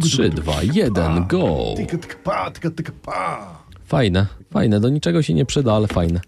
3, 2, 1, go! Tyka, tyka, pa, tyka, tyka, pa. Fajne, fajne, do niczego się nie przyda, ale fajne.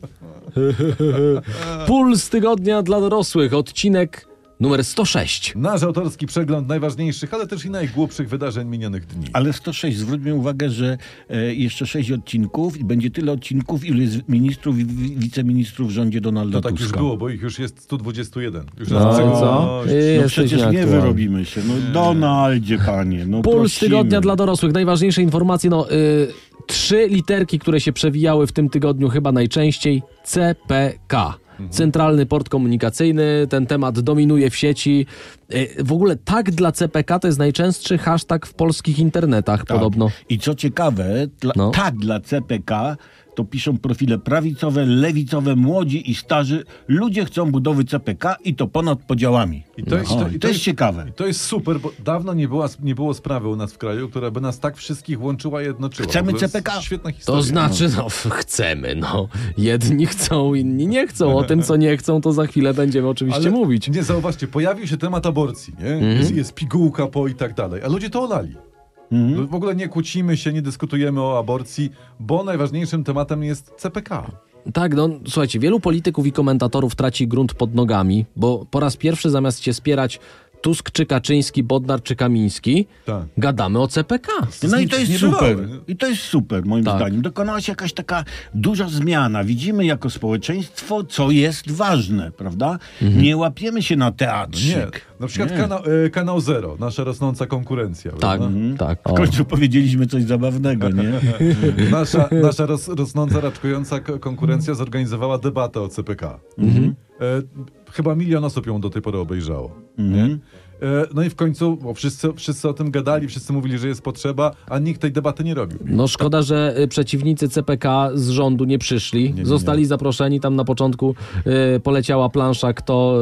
Puls tygodnia dla dorosłych, odcinek numer 106. Nasz autorski przegląd najważniejszych, ale też i najgłupszych wydarzeń minionych dni. Ale 106, zwróćmy uwagę, że e, jeszcze 6 odcinków i będzie tyle odcinków, ile jest ministrów i wi- wiceministrów w rządzie Donalda To tak już Tuska. było, bo ich już jest 121. Już No, nas co? przegoniło. Jesteś No przecież nie nieaktualny. wyrobimy się. No Donaldzie, panie. No Puls prosimy. tygodnia dla dorosłych. Najważniejsze informacje, no y, trzy literki, które się przewijały w tym tygodniu chyba najczęściej. CPK. Mhm. Centralny Port Komunikacyjny. Ten temat dominuje w sieci. Y, w ogóle tak dla CPK to jest najczęstszy hashtag w polskich internetach Tak. podobno. I co ciekawe, dla, No. tak dla CPK to piszą profile prawicowe, lewicowe, młodzi i starzy. Ludzie chcą budowy CPK i to ponad podziałami. I to jest- Aha, to- i to i no to jest jest- ciekawe. I to jest super, bo dawno nie, była, nie było sprawy u nas w kraju, która by nas tak wszystkich łączyła i jednoczyła. Chcemy W ogóle CPK. Świetna historia. To znaczy, no f- chcemy, no. Jedni chcą, inni nie chcą. O tym, co nie chcą, to za chwilę będziemy oczywiście Ale mówić. Mhm. Nie, zauważcie, pojawił się temat aborcji, nie? Jest, jest pigułka po i tak dalej, a ludzie to olali. Mhm. No, w ogóle nie kłócimy się, nie dyskutujemy o aborcji, bo najważniejszym tematem jest CPK. Tak, no słuchajcie, wielu polityków i komentatorów traci grunt pod nogami, bo po raz pierwszy zamiast się spierać Tusk czy Kaczyński, Bodnar czy Kamiński, Tak. gadamy o CPK. No i to jest nie super. bywały, nie? I to jest super, moim Tak. zdaniem. Dokonała się jakaś taka duża zmiana. Widzimy jako społeczeństwo, co jest ważne, prawda? Mhm. Nie łapiemy się na Nie, teatrzyk. No na przykład Nie. kanał, e, kanał Zero, nasza rosnąca konkurencja. Tak, prawda? tak. Mhm. W końcu powiedzieliśmy coś zabawnego, nie? Nasza, nasza ros, rosnąca, raczkująca ko- konkurencja zorganizowała debatę o CPK. Mhm. E, chyba milion osób ją do tej pory obejrzało. Nie? Mhm. E, no i w końcu bo wszyscy, wszyscy o tym gadali, wszyscy mówili, że jest potrzeba, a nikt tej debaty nie robił. No szkoda, że y, przeciwnicy CPK z rządu nie przyszli. Zostali zaproszeni, tam na początku y, poleciała plansza, kto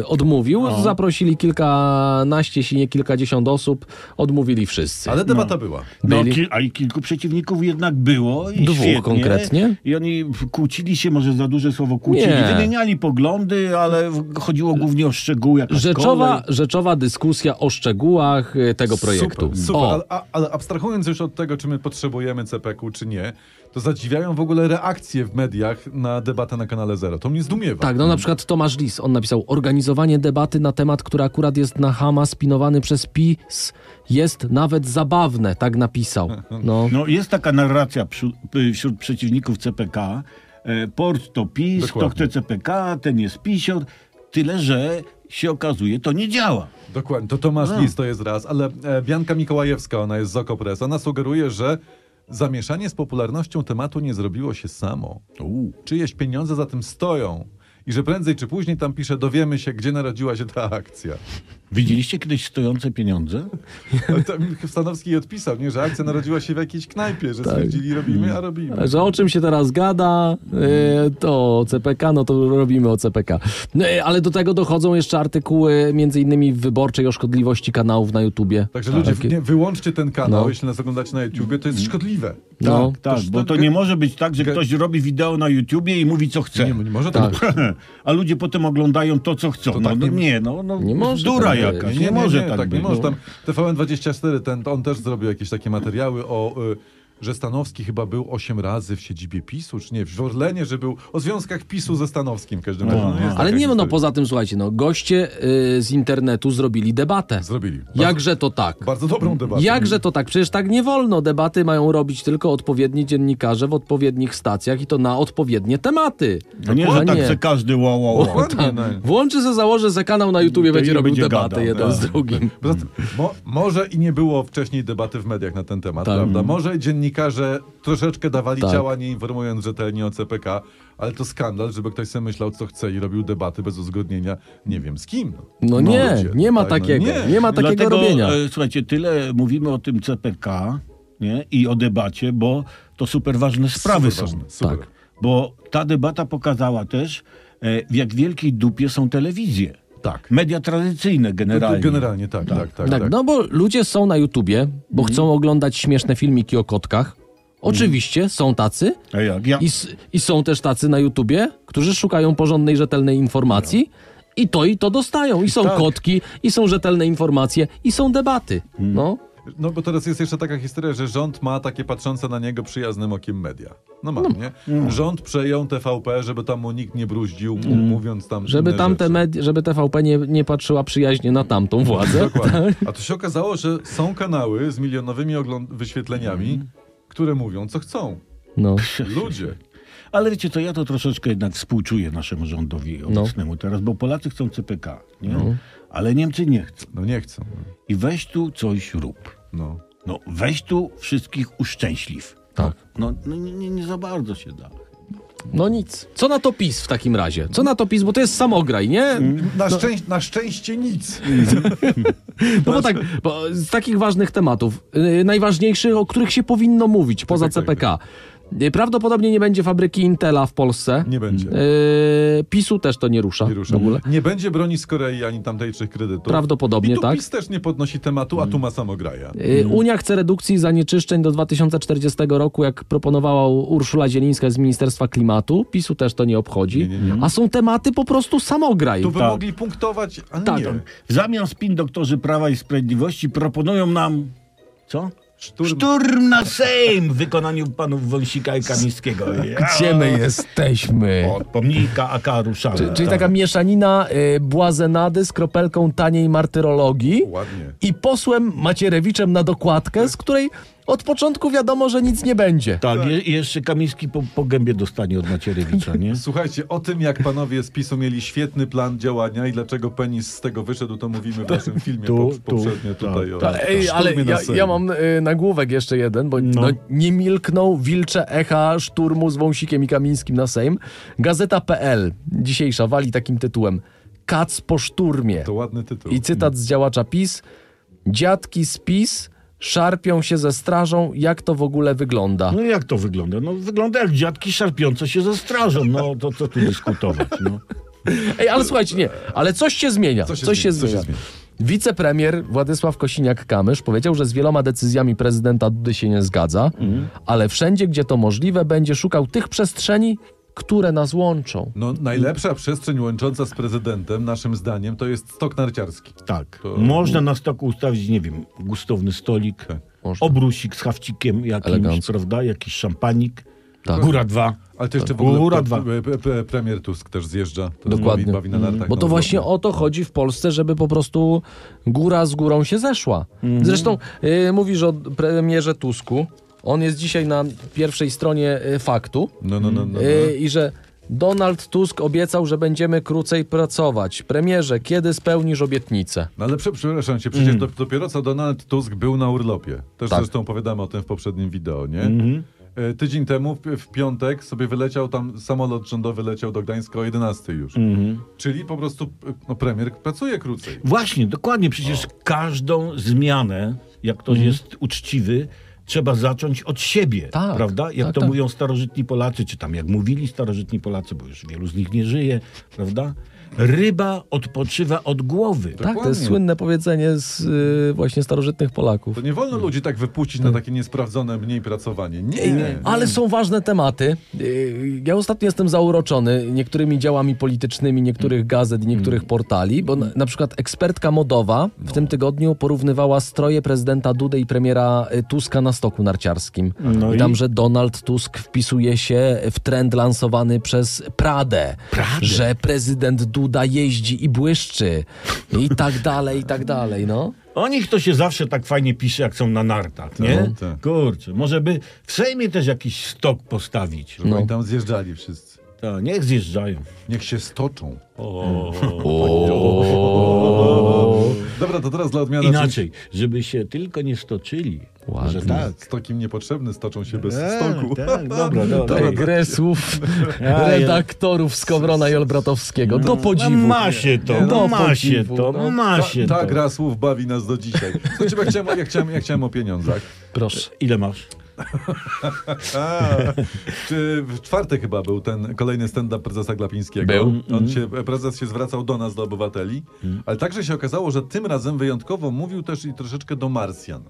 y, odmówił. Zaprosili kilkanaście, jeśli nie kilkadziesiąt osób. Odmówili wszyscy. Ale debata była. No, Byli. ki- a i kilku przeciwników jednak było. I Dwóch świetnie. konkretnie. I oni w- kłócili się, może za duże słowo kłócili. Nie. Wymieniali poglądy, ale w- chodziło głównie o szczegóły. Jakaś Rzeczowa, kolej. rzeczowa dyskusja o szczegółach y, tego projektu. Super, super. O, Ale, a- ale abstrahując już od tego, czy my potrzebujemy CPK-u, czy nie, to zadziwiają w ogóle reakcje w mediach na debatę na kanale Zero. To mnie zdumiewa. tak, no na przykład Tomasz Lis, on napisał organizowanie debaty na temat, który akurat jest na Hama spinowany przez PiS jest nawet zabawne, tak napisał. No. No, jest taka narracja przy, y, wśród przeciwników CPK. E, Port to PiS, Dokładnie. to chce CPK, ten jest pisior. Tyle, że się okazuje, to nie działa. Dokładnie, to Tomasz No. Lis to jest raz, ale e, Bianka Mikołajewska, ona jest z Okopres, ona sugeruje, że zamieszanie z popularnością tematu nie zrobiło się samo. Czyjeś pieniądze za tym stoją i że prędzej czy później tam pisze, dowiemy się, gdzie narodziła się ta akcja. Widzieliście kiedyś stojące pieniądze? Ale tam Stanowski jej odpisał, nie, że akcja narodziła się w jakiejś knajpie, Tak. że stwierdzili robimy, a robimy. Że o czym się teraz gada, y, to o CPK, no to robimy o CPK. No, y, Ale do tego dochodzą jeszcze artykuły między innymi w wyborczej o szkodliwości kanałów na YouTubie. Także ludzie, Takie- nie, wyłączcie ten kanał, Tak. No. Mm. jeśli nas oglądacie na YouTubie, to jest szkodliwe. No. tak, Toż bo to to ge- nie może być tak, że ge- ktoś robi wideo na YouTubie i mówi co chce. Nie, nie może tak być. A ludzie potem oglądają to, co chcą. no, tak no, nie- nie, no, no nie może dura tak być. jakaś. Nie, może tak, tak być. nie może. No. Tam TVN24, ten, on też zrobił jakieś takie materiały o... Y, że Stanowski chyba był 8 razy w siedzibie PiSu, czy nie, w Orlenie, że był o związkach PiSu ze Stanowskim w każdym razie. No, Aha. jest Ale taka nie, no historia. poza tym, słuchajcie, no goście y, z internetu zrobili debatę. Zrobili. Jakże to tak? Bardzo dobrą debatę. Jakże to tak? Przecież tak nie wolno. Debaty mają robić tylko odpowiedni dziennikarze w odpowiednich stacjach i to na odpowiednie tematy. No nie, że A tak chce każdy wow, wow, wow. Dokładnie, no. Włączy se założy, że kanał na YouTubie To będzie i robił będzie debatę gadał, jeden tak. z drugim. Poza tym, mo, może i nie było wcześniej debaty w mediach na ten temat, Tak. prawda? Może dziennikarze troszeczkę dawali Tak. ciała, nie informując rzetelnie o CPK, ale to skandal, żeby ktoś sobie myślał, co chce i robił debaty bez uzgodnienia, nie wiem z kim. No nie, ludzie, nie ma tak, no takiego. nie. nie. ma takiego Dlatego, robienia. E, słuchajcie, tyle mówimy o tym CPK nie? i o debacie, bo to super ważne sprawy Super są. ważne, super. Tak. Bo ta debata pokazała też, e, w jak wielkiej dupie są telewizje. Tak. Media tradycyjne generalnie. Generalnie tak, tak, tak. tak, tak, no bo ludzie są na YouTubie, bo chcą oglądać śmieszne filmiki o kotkach. Oczywiście są tacy, A jak? Ja, I, s- I są też tacy na YouTubie, którzy szukają porządnej, rzetelnej informacji. I to i to dostają. I są tak. kotki, i są rzetelne informacje, i są debaty. No. No bo teraz jest jeszcze taka historia, że rząd ma takie patrzące na niego przyjaznym okiem media. No ma, nie? Rząd przejął TVP, żeby tam mu nikt nie bruździł, m- mówiąc tam Mm. Żeby inne tamte rzeczy. medi- żeby TVP nie, nie patrzyła przyjaźnie na tamtą władzę. Tak. Dokładnie. A to się okazało, że są kanały z milionowymi ogląd- wyświetleniami, które mówią, co chcą. No. Ludzie. Ale wiecie co, ja to troszeczkę jednak współczuję naszemu rządowi No. obecnemu teraz, bo Polacy chcą CPK, nie? ale Niemcy nie chcą. No nie chcą. I weź tu coś rób. No. No weź tu wszystkich uszczęśliw. Tak. No, no nie, nie, nie za bardzo się da. No nic. Co na to PiS w takim razie? Co na to PiS, bo to jest samograj, nie? Na, szczęś- na szczęście nic. No bo tak, bo z takich ważnych tematów, yy, najważniejszych, o których się powinno mówić poza tak, tak. CPK. Yy, Prawdopodobnie nie będzie fabryki Intela w Polsce. Nie będzie. Yy, PiSu też to nie rusza. Nie, rusza. W ogóle. nie będzie broni z Korei ani tamtejszych kredytów. Prawdopodobnie, I tu tak. PiS też nie podnosi tematu, a tu ma samograja. Yy, Unia chce redukcji zanieczyszczeń do 2040 roku, jak proponowała Urszula Zielińska z Ministerstwa Klimatu. PiSu też to nie obchodzi. Nie, nie, nie. A są tematy po prostu samograj. Tu by Tak. mogli punktować, a Tak. nie. W zamian spin doktorzy Prawa i Sprawiedliwości proponują nam... Co? Szturm. Szturm na Sejm w wykonaniu panów Wąsika i Kamińskiego. Ja. Gdzie my jesteśmy? Od pomnika AK ruszamy. Czyli Tak. taka mieszanina y, błazenady z kropelką taniej martyrologii Ładnie. i posłem Macierewiczem na dokładkę, z której od początku wiadomo, że nic nie będzie. Tak, je, jeszcze Kamiński po, po gębie dostanie od Macierewicza, nie? Słuchajcie, o tym jak panowie z PiSu mieli świetny plan działania i dlaczego penis z tego wyszedł, to mówimy w naszym filmie Tu, pop- tu, poprzednio tak, tutaj. o- Ta- Ej, o ale szturmie na ja, Sejm. ja mam y, nagłówek jeszcze jeden, bo no. No. nie milknął wilcze echa szturmu z Wąsikiem i Kamińskim na Sejm. Gazeta.pl dzisiejsza wali takim tytułem Kac po szturmie. To ładny tytuł. I cytat z działacza PiS. Dziadki z PiS szarpią się ze strażą, jak to w ogóle wygląda. No jak to wygląda? No wygląda jak dziadki szarpiące się ze strażą. No to co tu dyskutować, no. Ej, ale słuchajcie, nie, ale coś się zmienia. Co się coś się zmieni- co się zmienia. zmieni? Wicepremier Władysław Kosiniak-Kamysz powiedział, że z wieloma decyzjami prezydenta Dudy się nie zgadza, Mhm. ale wszędzie, gdzie to możliwe, będzie szukał tych przestrzeni, które nas łączą. No, najlepsza przestrzeń łącząca z prezydentem, naszym zdaniem, to jest stok narciarski. Tak. To- Można na stoku ustawić, nie wiem, gustowny stolik, Tak, Można. obrusik z hawcikiem jakimś, Elegancko. prawda? Jakiś szampanik. Tak. Góra dwa. Ale to jeszcze w ogóle Góra to- dwa. p- p- premier Tusk też zjeżdża. To Dokładnie. No, Mm. Bawi, bawi na nartach. Bo to na właśnie Europę. o to chodzi w Polsce, żeby po prostu góra z górą się zeszła. Mhm. Zresztą yy, mówisz o premierze Tusku. On jest dzisiaj na pierwszej stronie y, faktu. No, no, no. no, no. Yy, i że Donald Tusk obiecał, że będziemy krócej pracować. Premierze, kiedy spełnisz obietnicę? Tak, No ale prze- przepraszam cię, Mm. przecież dop- dopiero co Donald Tusk był na urlopie. Też Tak. zresztą opowiadamy o tym w poprzednim wideo, nie? Mhm. E, Tydzień temu, w, w piątek, sobie wyleciał tam, samolot rządowy leciał do Gdańska o 11 już. Mhm. Czyli po prostu p- no, premier pracuje krócej. Właśnie, dokładnie. Przecież każdą zmianę, Mhm. jak ktoś jest uczciwy, trzeba zacząć od siebie, Tak, prawda? Jak tak, to tak. mówią starożytni Polacy, czy tam jak mówili starożytni Polacy, bo już wielu z nich nie żyje, prawda? Ryba odpoczywa od głowy. Tak, to jest Dokładnie. słynne powiedzenie z y, właśnie starożytnych Polaków. To nie wolno ludzi tak wypuścić Mm. na takie niesprawdzone mniej pracowanie. Nie, nie. Ale są ważne tematy. Y, Ja ostatnio jestem zauroczony niektórymi działami politycznymi niektórych gazet i niektórych portali, bo na, na przykład ekspertka modowa w tym tygodniu porównywała stroje prezydenta Dudy i premiera y, Tuska na stoku narciarskim. No i tam, i? że Donald Tusk wpisuje się w trend lansowany przez Pradę, że prezydent Duda jeździ i błyszczy i tak dalej, i tak dalej, no. O nich to się zawsze tak fajnie pisze, jak są na nartach, nie? tak. Kurczę, może by w Sejmie też jakiś stok postawić. Żeby oni tam zjeżdżali wszyscy. To niech zjeżdżają. Niech się stoczą. O. Dobra, to teraz dla odmiany... Inaczej, żeby się tylko nie stoczyli. Ładnie. Że tak. Stokiem niepotrzebny stoczą się bez A, stoku. tak, dobra, dobra. Tej grę słów ja- redaktorów Skowrona i Olbratowskiego. Do No podziwu. ma się to, Nie, no, ma się podziwu, to, no. ma się Ta, ta to. gra słów bawi nas do dzisiaj. Słuchajcie, bo ja chciałem, ja chciałem, ja chciałem o pieniądzach. Proszę. Ile masz? A, czy w czwartek chyba był ten kolejny stand-up prezesa Glapińskiego. Był. On się, prezes się zwracał do nas, do obywateli, ale także się okazało, że tym razem wyjątkowo mówił też i troszeczkę do Marsjan.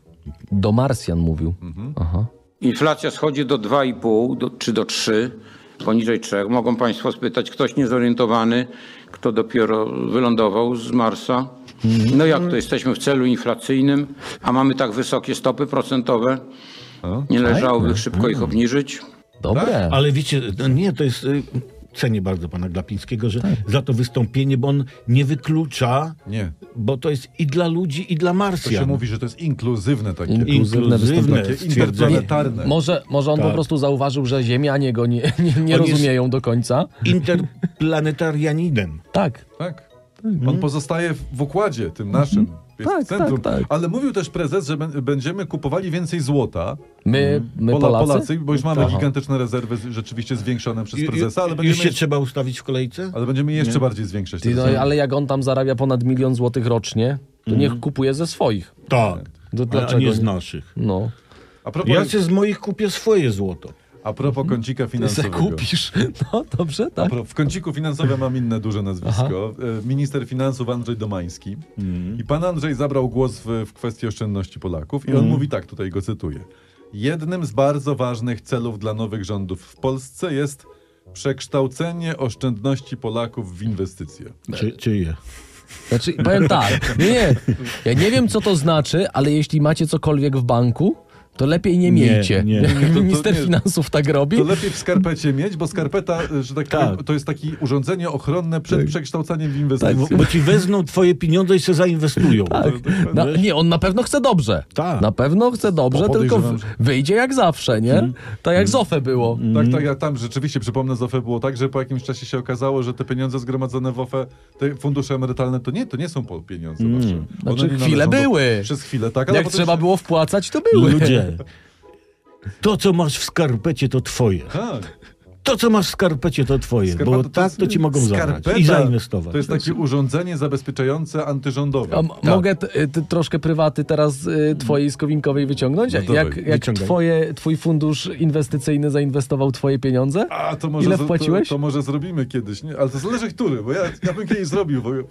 Do Marsjan mówił. Aha. Inflacja schodzi do 2,5 do, czy do 3, poniżej 3. Mogą Państwo spytać, ktoś niezorientowany, kto dopiero wylądował z Marsa, No jak to, jesteśmy w celu inflacyjnym, a mamy tak wysokie stopy procentowe. Nie leżałoby szybko ich obniżyć. Dobre. Ale wiecie, no nie, to jest... y, Cenię bardzo pana Glapińskiego, że Tak. za to wystąpienie, bo on nie wyklucza, Nie. bo to jest i dla ludzi, i dla To się Marsjan. mówi, że to jest inkluzywne takie. Inklu- Inkluzywne Inkluzywne takie stwierdzenie. interplanetarne. Może, może Tak. on po prostu zauważył, że Ziemianie go nie, nie, nie On jest- rozumieją do końca. Interplanetarianinem. Tak. Tak. On pozostaje w w układzie tym naszym. Jest Tak, w centrum. tak, tak. Ale mówił też prezes, że bę- będziemy kupowali więcej złota. My, Mhm. my Pola- Polacy? bo już mamy Aha. gigantyczne rezerwy z- rzeczywiście zwiększone przez Ju- ju- prezesa, ale Już będziemy, się trzeba ustawić w kolejce? ale będziemy jeszcze bardziej zwiększać. te Ty, no, rezerwy. ale jak on tam zarabia ponad milion złotych rocznie, to Mhm. niech kupuje ze swoich. Tak. To A dlaczego nie z nie? naszych. No. A propos, Ja się z moich kupię swoje złoto. a propos kącika finansowego. Mhm. Zakupisz. No dobrze, A tak. pro- W kąciku finansowym mam inne duże nazwisko. E, Minister finansów Andrzej Domański. Mhm. I pan Andrzej zabrał głos w, w kwestii oszczędności Polaków i on Mhm. mówi tak, tutaj go cytuję. Jednym z bardzo ważnych celów dla nowych rządów w Polsce jest przekształcenie oszczędności Polaków w inwestycje. Czy, czyje? Znaczy, powiem tak. Nie, nie. Ja nie wiem, co to znaczy, ale jeśli macie cokolwiek w banku, to lepiej nie miejcie. nie. Jak To- to Minister nie. finansów tak robi. To lepiej w skarpecie mieć, bo skarpeta, e, że tak, powiem, Tak. to jest takie urządzenie ochronne przed przekształcaniem w Bo, inwestycje. bo ci wezmą twoje pieniądze i se zainwestują. Tak. Na, nie, on na pewno chce dobrze. Tak. Na pewno chce dobrze, Bo tylko podejrzewam, w, wyjdzie jak zawsze, nie? Tak jak z OFE było. Tak, tak, ja tam rzeczywiście przypomnę z OFE było tak, że po jakimś czasie się okazało, że te pieniądze zgromadzone w OFE, te fundusze emerytalne, to nie, to nie są po- pieniądze Hmm. wasze. One Znaczy, nie należą chwilę do- były. Przez chwilę, tak, Jak potem trzeba się- było wpłacać, to były. Ludzie, to co masz w skarpecie to twoje. Tak. To co masz w skarpecie to twoje, Skarpeta bo to tak jest- to ci mogą zabrać i skarpeta zainwestować. To jest tak- takie urządzenie zabezpieczające antyrządowe. A m- Mogę t- y, t- troszkę prywaty teraz y, twojej skowinkowej wyciągnąć? No dawaj, jak jak wyciągaj. twoje, twój fundusz inwestycyjny zainwestował twoje pieniądze? A to może Ile z- wpłaciłeś? To, to może zrobimy kiedyś, nie? Ale to zależy który, bo ja, ja bym kiedyś zrobił. Bo ja,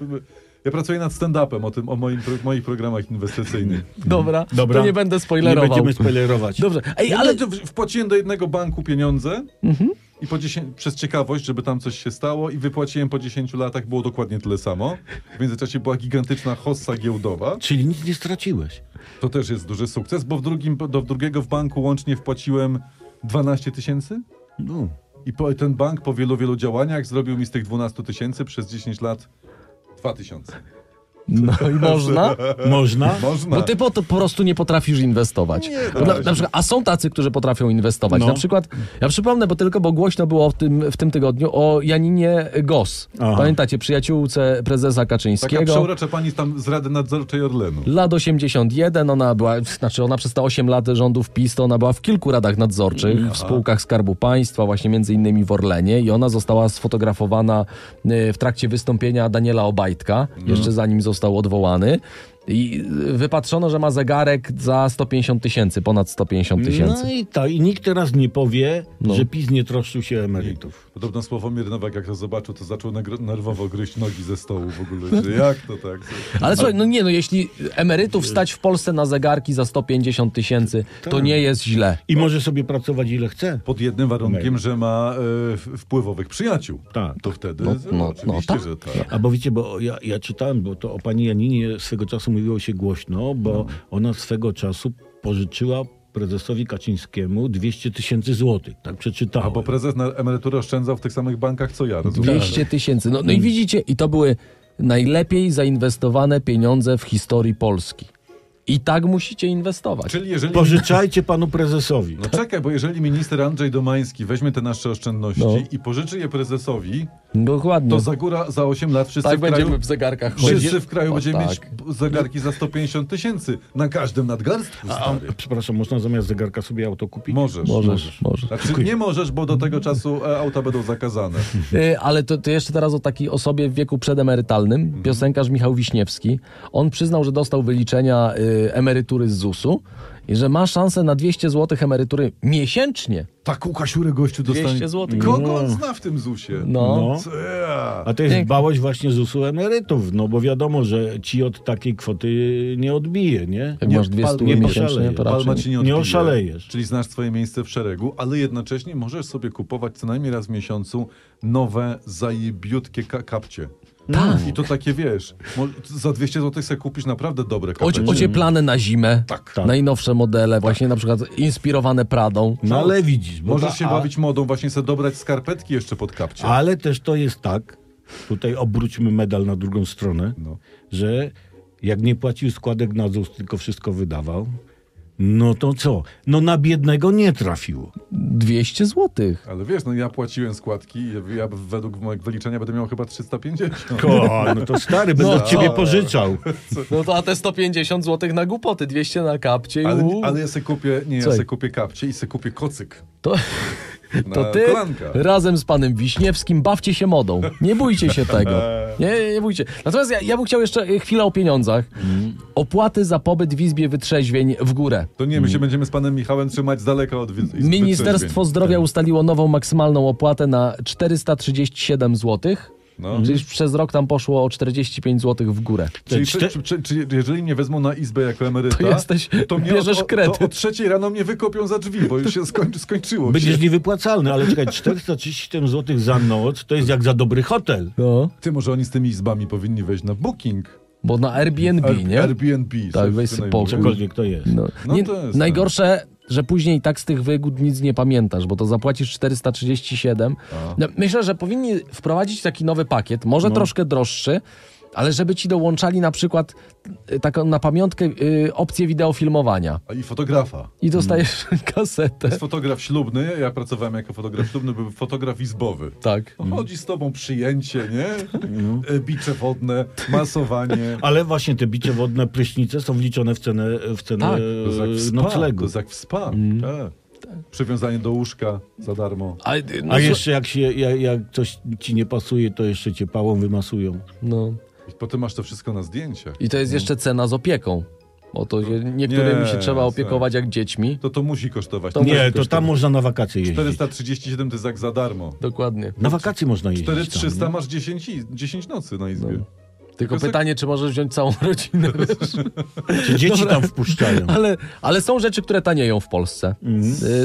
ja pracuję nad stand-upem o tym, o moim, pro- moich programach inwestycyjnych. Dobra, Dobra. to nie będę Nie spoilerował. będziemy spoilerować. Dobrze, ej, Ale ale... Mhm. to w- wpłaciłem do jednego banku pieniądze i po 10, przez ciekawość, żeby tam coś się stało i wypłaciłem po 10 latach, było dokładnie tyle samo. W międzyczasie była gigantyczna hossa giełdowa. Czyli nic nie straciłeś. To też jest duży sukces, bo w drugim, do drugiego w banku łącznie wpłaciłem 12 tysięcy No. i po, ten bank po wielu, wielu działaniach zrobił mi z tych 12 tysięcy przez 10 lat 2 tysiące. No i można? Można? Można. Bo No ty po, to po prostu nie potrafisz inwestować. Nie, na, da się. na przykład, a są tacy, którzy potrafią inwestować. No. Na przykład, ja przypomnę, bo tylko, bo głośno było w tym, w tym tygodniu o Janinie Gos. Aha. Pamiętacie, przyjaciółce prezesa Taka Kaczyńskiego. przeurocza pani tam z Rady Nadzorczej Orlenu. Lat 81, ona była, znaczy ona przez te 8 lat rządów PiS, to ona była w kilku radach nadzorczych, w spółkach Skarbu Państwa, właśnie między innymi w Orlenie i ona została sfotografowana y, w trakcie wystąpienia Daniela Obajtka, No. jeszcze zanim został odwołany. I y, wypatrzono, że ma zegarek za 150 tysięcy, ponad 150 tysięcy. No i tak, i nikt teraz nie powie, No. że PiS nie troszczył się emerytów. Podobno Sławomir Nowak, jak to zobaczył, to zaczął negro- nerwowo gryźć nogi ze stołu w ogóle. Że jak to tak? Ale słuchaj, no nie, no jeśli emerytów stać w Polsce na zegarki za 150 tysięcy, Tak. to nie jest źle. No. I może sobie pracować ile chce. Pod jednym warunkiem, że ma e, f- wpływowych przyjaciół. Tak. To wtedy No, no, no, oczywiście, no, tak. że tak. A bo wiecie, bo ja, ja czytałem, bo to o pani Janinie swego czasu mówiło się głośno, bo No. ona swego czasu pożyczyła prezesowi Kaczyńskiemu 200 tysięcy złotych. Tak przeczytałem. A bo prezes na emeryturę oszczędzał w tych samych bankach, co ja. rozumiem. 200 tysięcy. No, no Mm. i widzicie, i to były najlepiej zainwestowane pieniądze w historii Polski. I tak musicie inwestować. Czyli jeżeli... Pożyczajcie panu prezesowi. No czekaj, bo jeżeli minister Andrzej Domański weźmie te nasze oszczędności No. i pożyczy je prezesowi, Dokładnie. to za góra za 8 lat wszyscy tak w kraju... będziemy w zegarkach chodzić. Wszyscy w kraju O, będziemy tak. mieć zegarki za 150 tysięcy na każdym nadgarstku. A, stary. przepraszam, można zamiast zegarka sobie auto kupić? Możesz. tak. Możesz, możesz. Znaczy, nie możesz, bo do tego czasu e, auta będą zakazane. Y, Ale to, to jeszcze teraz o takiej osobie w wieku Mhm. przedemerytalnym. Piosenkarz Michał Wiśniewski. On przyznał, że dostał wyliczenia y, emerytury z ZUS-u i że ma szansę na 200 zł emerytury miesięcznie. Taką kasiurę Tak, gościu dostanie. 200 złotych. Kogo on zna w tym ZUS-ie? No. No. Co ja? A to jest Pięknie. dbałość właśnie ZUS-u emerytów, no bo wiadomo, że ci od takiej kwoty nie odbije, nie? Jak Nie, masz pal- 200 nie miesięcznie, poszaleję. to Palma raczej. ci nie. nie, nie odbije. oszalejesz. Czyli znasz swoje miejsce w szeregu, ale jednocześnie możesz sobie kupować co najmniej raz w miesiącu nowe, zajebiutkie ka- kapcie. Tak. I to takie, wiesz, mo- za 200 zł sobie kupisz naprawdę dobre Ocie, kapecie. ocieplane na zimę. Tak. Tak. Najnowsze modele, właśnie na przykład inspirowane Pradą. No ale widzisz, bo Możesz ta- się a- bawić modą, właśnie sobie dobrać skarpetki jeszcze pod kapcie. Ale też to jest tak, tutaj obróćmy medal na drugą stronę, No. że jak nie płacił składek na ZUS, tylko wszystko wydawał, no to co? No na biednego nie trafiło. 200 złotych. Ale wiesz, no ja płłaciłem składki i ja- ja według mojego wyliczenia będę miał chyba 350. Ko, no to stary, będę No od ciebie co? pożyczał. No to a te 150 złotych na głupoty, 200 na kapcie. i Ale, uuu. ale ja sobie kupię, nie, ja Słuchaj. sobie kupię kapcie i sobie kupię kocyk. To, Na to ty kolanka. razem z panem Wiśniewskim bawcie się modą. Nie bójcie się tego. Nie, nie, nie bójcie. Natomiast ja, ja bym chciał jeszcze y, chwilę o pieniądzach. Mhm. Opłaty za pobyt w Izbie Wytrzeźwień w górę. To nie, my się będziemy z panem Michałem trzymać z daleka od wi- izby Ministerstwo trzeźwień. Zdrowia ustaliło nową maksymalną opłatę na 437 zł. No. Czyli przez rok tam poszło o 45 zł w górę. Czyli Te czy, czte- czy, czy, czy, jeżeli mnie wezmą na izbę jako emeryta, To jesteś- mnie bierzesz od, o- kredyt. To o trzeciej rano mnie wykopią za drzwi, bo już się skończy, skończyło. Będziesz się. niewypłacalny, ale czekaj, 437 zł za noc to jest jak za dobry hotel. No. Ty, może oni z tymi izbami powinni wejść na Booking, Bo na Airbnb, Air- nie? Tak, Airbnb. sobie weź wynajmuj. spokój. Cokolwiek to jest. No. No nie, to jest, najgorsze, że później tak z tych wygód nic nie pamiętasz, bo to zapłacisz 437. No, myślę, że powinni wprowadzić taki nowy pakiet, No. może troszkę droższy, ale żeby ci dołączali na przykład y, taką na pamiątkę y, opcję wideofilmowania A i fotografa. i dostajesz Hmm. kasetę. Jest fotograf ślubny, ja pracowałem jako fotograf ślubny, był fotograf izbowy. Tak. No, chodzi z tobą przyjęcie, nie? Mhm. E, Bicze wodne, masowanie. Ale właśnie te bicie wodne, prysznice są wliczone w cenę, w cenę Tak, To jest jak w e, spa. To noclegu. jest jak w spa. Mhm. Tak. Przywiązanie do łóżka za darmo. A, y, no, A słu- jeszcze jak, się, jak, jak coś ci nie pasuje, to jeszcze cię pałą wymasują. no. I potem masz to wszystko na zdjęciach. I to jest jeszcze cena z opieką. Bo to się, niektórymi się Hmm. No. Nie, trzeba opiekować jak dziećmi. To to musi kosztować. To Nie, musi to tam kosztować. można na wakacje jeździć. 437 to jest jak za darmo. Dokładnie. No, Na wakacje można jeździć. tam, 4300 nie? masz 10, i- 10 nocy na izbie. Tylko Tylko tak- se- pytanie, czy możesz wziąć całą rodzinę. Czy dzieci tam wpuszczają? Ale, ale są rzeczy, które tanieją w Polsce.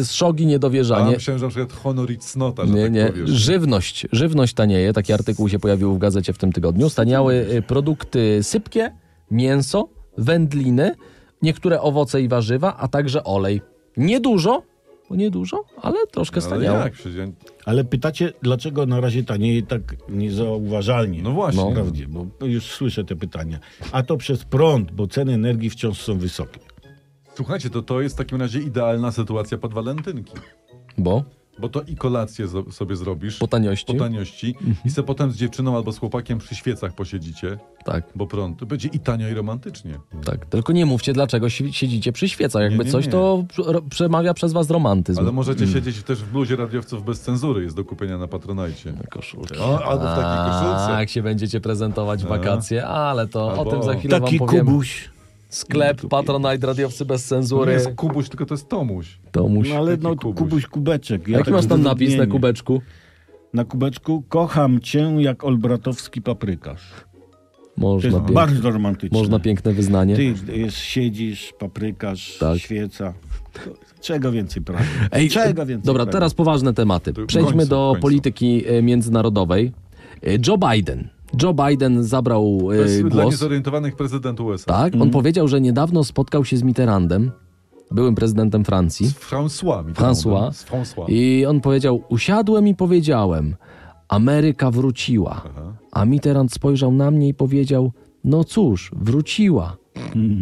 Y, Szogi, A niedowierzanie. myślałem, że na przykład honor i cnota, Mhm. że Nie, tak nie. powiesz. Żywność. Żywność tanieje. Taki artykuł się pojawił w gazecie w tym tygodniu. Staniały y, produkty sypkie, mięso, wędliny, niektóre owoce i warzywa, a także olej. Niedużo, bo niedużo, ale troszkę No, Ale staniało. jak przecież? ja- Ale pytacie, dlaczego na razie tanieje tak niezauważalnie? No właśnie. No. Wprawdzie, bo już słyszę te pytania. A to przez prąd, bo ceny energii wciąż są wysokie. Słuchajcie, to to jest w takim razie idealna sytuacja pod walentynki. Bo Bo to i kolację zo- sobie zrobisz. po taniości. Mhm. po taniości i se potem z dziewczyną albo z chłopakiem przy świecach posiedzicie, Tak, bo prąd. Będzie i tanio i romantycznie. tak. Tylko nie mówcie, dlaczego si- siedzicie przy świecach. Jakby nie, coś, nie. to pr- ro- przemawia przez was romantyzm. Ale możecie Mm. siedzieć też w bluzie radiowców bez cenzury, jest do kupienia na Patronajcie. Koszulki. O, albo w takiej A, koszulce. jak Tak się będziecie prezentować w wakacje, ale to o Albo- tym za chwilę Taki wam powiem. kubuś. Sklep Patronite Radiowcy bez To nie cenzury. jest Kubuś, tylko to jest Tomuś. To musi. No ale Taki no, kubuś. kubuś. kubeczek. Ja Jaki tak masz tam z napis na drgnieniem. kubeczku? Na kubeczku kocham cię jak olbratowski paprykarz. To Można, jest pięk- bardzo romantyczne. można piękne wyznanie. Ty jest, siedzisz, paprykarz, Tak. świeca. Czego więcej prawie? Ej, e, Czego więcej Dobra, prawie? teraz poważne tematy. To w Przejdźmy końcu, w do końcu. polityki e, międzynarodowej. E, Joe Biden. Joe Biden zabrał e, To jest dla głos. niezorientowanych prezydent USA. Tak, on powiedział, że niedawno spotkał się z Mitterrandem, byłym prezydentem Francji. Z François. mi to François. mówią. no, Z François. I on powiedział: Usiadłem i powiedziałem: Ameryka wróciła. A Mitterrand spojrzał na mnie i powiedział: No cóż, wróciła.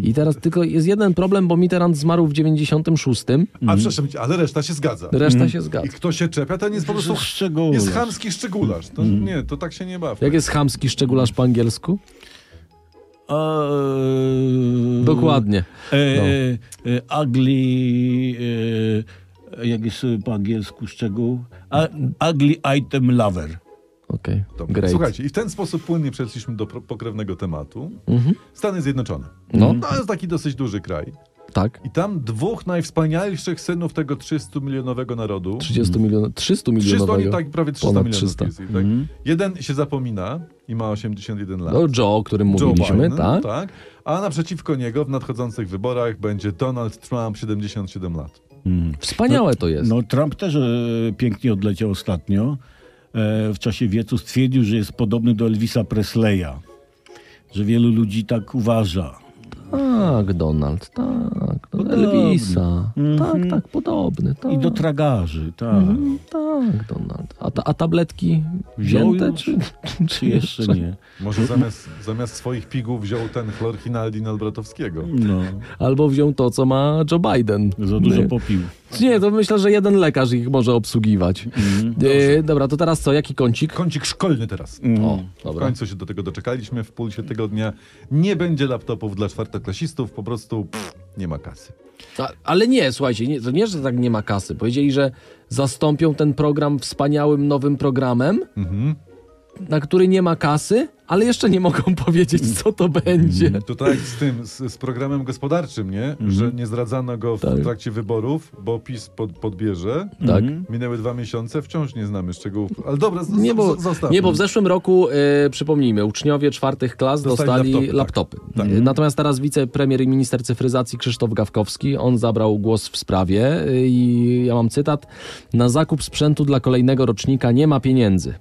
I teraz tylko jest jeden problem, bo Mitterrand zmarł w 96. A przepraszam, cię, ale reszta się zgadza. Reszta się I zgadza. kto się czepia, ten jest po prostu... Szczegół. Jest chamski szczególarz. To, nie, to tak się nie bawi. Mm. Jak jest chamski szczególarz po angielsku? Mhm. Eee, Dokładnie. E, No. e, ugly. E, jak jest e, po angielsku szczegół? A, ugly item lover. Okej, Dobra. great. Słuchajcie, i w ten sposób płynnie przeszliśmy do pro- pokrewnego tematu. Stany Zjednoczone. Mhm. No. No. To jest taki dosyć duży kraj. Tak. I tam dwóch najwspanialszych synów tego 300-milionowego narodu. 30 milionów, 300, 300 Mhm. oni milionowego. tak prawie 300 Ponad milionów. 300. Jest, ich, tak? Jeden się zapomina i ma 81 lat. No Joe, o którym mówiliśmy, no tak? A naprzeciwko niego w nadchodzących wyborach będzie Donald Trump, 77 lat. tak. Wspaniałe to jest. No, No, Trump też e, pięknie odleciał ostatnio. e, w czasie wiecu stwierdził, że jest podobny do Elvisa Presleya. Że wielu ludzi tak uważa. Tak, Donald, tak. Do Podobny. Mhm. Elvisa. Tak, tak, podobny. Tak, I do tragarzy, tak. tak Donald. A, ta, a tabletki Wziął wzięte? już? Czy, czy, Czy jeszcze nie? Może zamiast, zamiast swoich pigów wziął ten chlorhinaldin Albratowskiego. No, Albo wziął to, co ma Joe Biden. za dużo Nie. popił. Nie, to myślę, że jeden lekarz ich może obsługiwać. Mhm. E, dobra, to teraz co? Jaki kącik? Kącik szkolny teraz. Mhm. O, W dobra. końcu się do tego doczekaliśmy, w pulsie tygodnia. Nie będzie laptopów dla czwartoklasistów, po prostu pff, nie ma kasy. A, ale nie, słuchajcie, nie, to nie, że tak nie ma kasy. Powiedzieli, że zastąpią ten program wspaniałym nowym programem, Mhm. na który nie ma kasy, ale jeszcze nie mogą powiedzieć, co to będzie. To tak jak z tym, z, z programem gospodarczym, nie? Że nie zdradzano go w Mhm. Tak. trakcie wyborów, bo PiS pod, podbierze. Tak. Minęły dwa miesiące, wciąż nie znamy szczegółów. Ale dobra, z, Nie bo, z, zostawmy. nie, bo w zeszłym roku, e, przypomnijmy, uczniowie czwartych klas Dostali dostali laptopy, laptopy. tak. Tak. E, Natomiast teraz wicepremier i minister cyfryzacji Krzysztof Gawkowski, on zabrał głos w sprawie e, i ja mam cytat. Na zakup sprzętu dla kolejnego rocznika nie ma pieniędzy.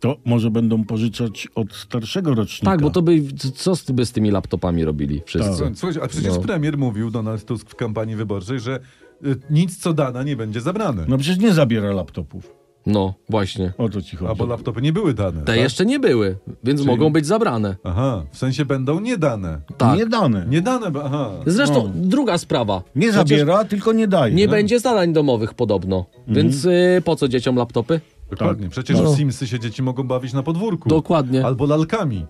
To może będą pożyczać od starszego rocznika. Tak, bo to by, co z, by z tymi laptopami robili wszyscy? Słuchaj, Słuchajcie, a przecież No. premier mówił Donald Tusk w kampanii wyborczej, że y, nic co dana nie będzie zabrane. No przecież nie zabiera laptopów. No, właśnie. O to ci chodzi. Albo laptopy nie były dane. Te tak? jeszcze nie były, więc mogą być zabrane. Aha, w sensie będą niedane. Tak. Nie dane. Nie, Nie dane, bo aha. Zresztą No. druga sprawa. Przecież zabiera, tylko nie daje. Nie będzie zadań domowych podobno, Mhm. więc y, po co dzieciom laptopy? Dokładnie. Przecież No. w Simsy się dzieci mogą bawić na podwórku. Dokładnie. Albo lalkami.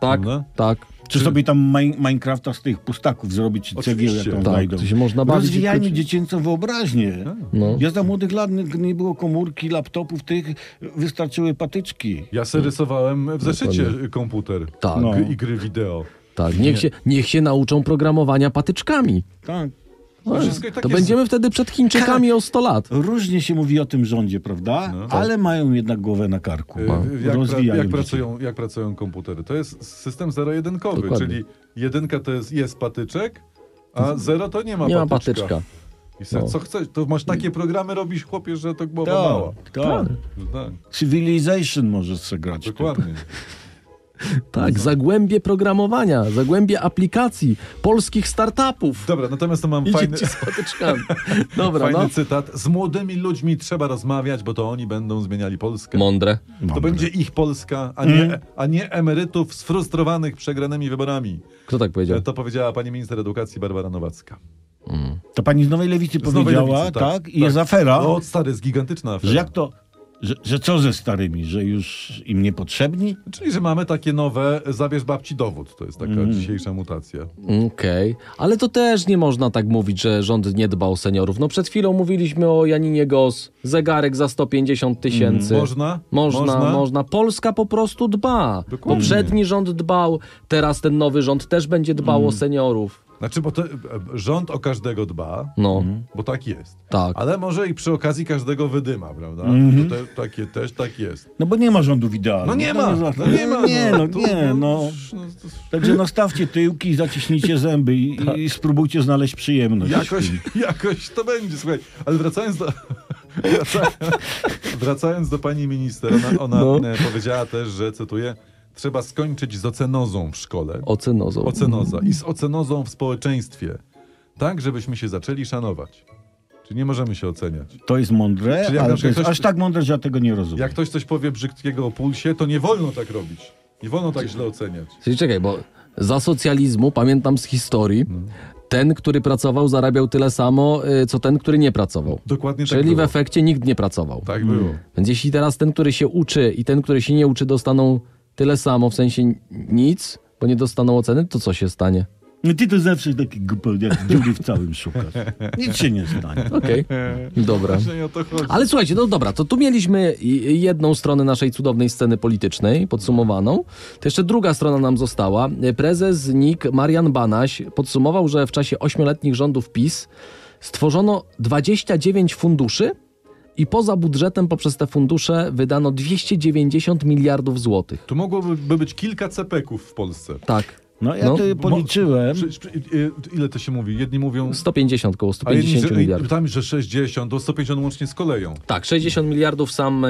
Tak, No. tak. Czy sobie tam Min- Minecrafta z tych pustaków zrobić i cegiełę Oczywiście. tam Tak, znajdą? to się można bawić i Rozwijajmy kluczy- dziecięcą wyobraźnię. No. Ja za młodych lat nie- nie było komórki, laptopów, tych wystarczyły patyczki. Ja se rysowałem w zeszycie komputer. Mm. Tak. Gry- I gry wideo. Tak, niech się, niech się nauczą programowania patyczkami. Tak. To wszystko i tak No, to jest. będziemy wtedy przed Chińczykami o 100 lat. Różnie się mówi o tym rządzie, prawda? Tak. Ale mają jednak głowę na karku. No. No, Y, Jak, pra, Rozwijają jak, dzieci. pracują, jak pracują komputery? To jest system zero-jedynkowy, Dokładnie. czyli jedynka to jest, jest patyczek, a zero to nie ma Nie ma patyczka. patyczka. I se, No. co chcesz, to masz takie programy robisz, chłopie, że to głowa mała. Tak, tak. Tak, Civilization może sobie grać. dokładnie. Tak, zagłębie programowania, zagłębie aplikacji, polskich startupów. Dobra, natomiast to mam I fajny, dzieci z patyczkami. Dobra, fajny no. cytat. Z młodymi ludźmi trzeba rozmawiać, bo to oni będą zmieniali Polskę. Mądre. To będzie ich Polska, a Hmm? nie, a nie emerytów sfrustrowanych przegranymi wyborami. Kto tak powiedział? To powiedziała pani minister edukacji Barbara Nowacka. To pani z Nowej Lewicy Nowej powiedziała, Lewicy, tak, No, tak, I jest afera, O, stary, jest gigantyczna afera. że jak to, że, że co ze starymi, że już im niepotrzebni? Czyli, że mamy takie nowe zabierz babci dowód. To jest taka Mhm. dzisiejsza mutacja. Okej, ale to też nie można tak mówić, że rząd nie dba o seniorów. No przed chwilą mówiliśmy o Janinie Gos, zegarek za 150 tysięcy. Mm, Można? Można, Można? można, Polska po prostu dba. Dokładnie. Poprzedni rząd dbał, teraz ten nowy rząd też będzie dbał Mm. o seniorów. Znaczy, bo to, e, rząd o każdego dba, No, bo tak jest. tak. Ale może i przy okazji każdego wydyma, prawda? To te, takie też tak jest. No bo nie ma rządów idealnych. No nie Mhm. To ma! zawsze- No nie ma! Nie, no, Tu- nie, no. to- Także nastawcie tyłki i zaciśnijcie zęby i, i spróbujcie znaleźć przyjemność. Tak. Jakoś, jakoś to będzie, słuchaj. Ale wracając do. Wracając, wracając do pani minister, ona, ona e, powiedziała też, że cytuję: Trzeba skończyć z ocenozą w szkole. Ocenozą. Ocenoza. I z ocenozą w społeczeństwie. Tak, żebyśmy się zaczęli szanować. Czy nie możemy się oceniać? To jest mądre, Czyli jak na ale to przykład jest ktoś- aż tak mądre, że ja tego nie rozumiem. Jak ktoś coś powie brzydkiego o pulsie, to nie wolno tak robić. Nie wolno tak źle oceniać. Czyli czekaj, bo za socjalizmu, pamiętam z historii, No. ten, który pracował, zarabiał tyle samo, y, co ten, który nie pracował. Dokładnie tak Czyli w było. efekcie nikt nie pracował. Tak było. Więc jeśli teraz ten, który się uczy i ten, który się nie uczy, dostaną tyle samo, w sensie nic, bo nie dostaną oceny, to co się stanie? No ty to zawsze taki głupoty, jak dziury w całym szukasz. Nic się nie stanie. Okej, dobra. Właśnie o to chodzi. Ale słuchajcie, no dobra, to tu mieliśmy i- jedną stronę naszej cudownej sceny politycznej podsumowaną. To jeszcze druga strona nam została. Prezes NIK Marian Banaś podsumował, że w czasie ośmioletnich rządów PiS stworzono 29 funduszy i poza budżetem poprzez te fundusze wydano 290 miliardów złotych. Tu mogłoby być kilka cepeków w Polsce. Tak. No ja No, to policzyłem. Przy- przy- y- ile to się mówi? Jedni mówią... 150, koło A jedni, 150 że, i- miliardów. tam, że 60, bo 150 łącznie z koleją. Tak, 60 miliardów sam e,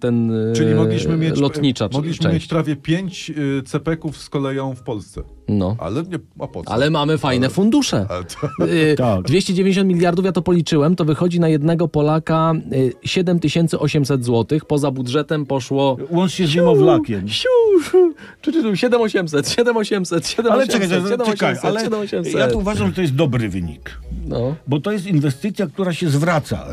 ten e, Czyli mogliśmy mieć, lotnicza c- mogliśmy mieć część. prawie 5 CPK-ów z koleją w Polsce. No. Ale nie, a po co? Ale mamy fajne fundusze. Ale to, Y, Tak. 290 miliardów, ja to policzyłem, to wychodzi na jednego Polaka y, 7800 zł. Poza budżetem poszło Łącznie z zimowlakiem. Siu, siu, siu, siu, 7800, 7800, 7800, Ale czekaj, czekaj, czekaj, 7800, ale 7800. ja tu uważam, że to jest dobry wynik. No. Bo to jest inwestycja, która się zwraca.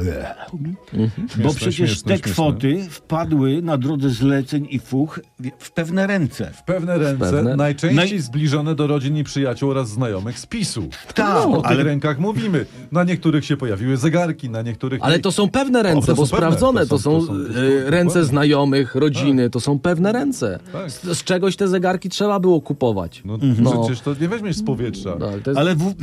Bo przecież śmieszne, te śmieszne. kwoty wpadły na drodze zleceń i fuch w- w pewne ręce. Pewne ręce, Pewne. najczęściej Naj- zbliżone do rodzin i przyjaciół oraz znajomych z PiSu. Tak, o tych ale- rękach mówimy. Na niektórych się pojawiły zegarki, na niektórych... Ale to są pewne O, to ręce, są bo pewne, sprawdzone to to są- są, to są- to są- y, ręce dokładnie. znajomych, rodziny, to są pewne ręce. Tak. Z, z czegoś te zegarki trzeba było kupować. No, Mhm. No. Przecież to nie weźmiesz z powietrza. No, ale to jest... Ale w,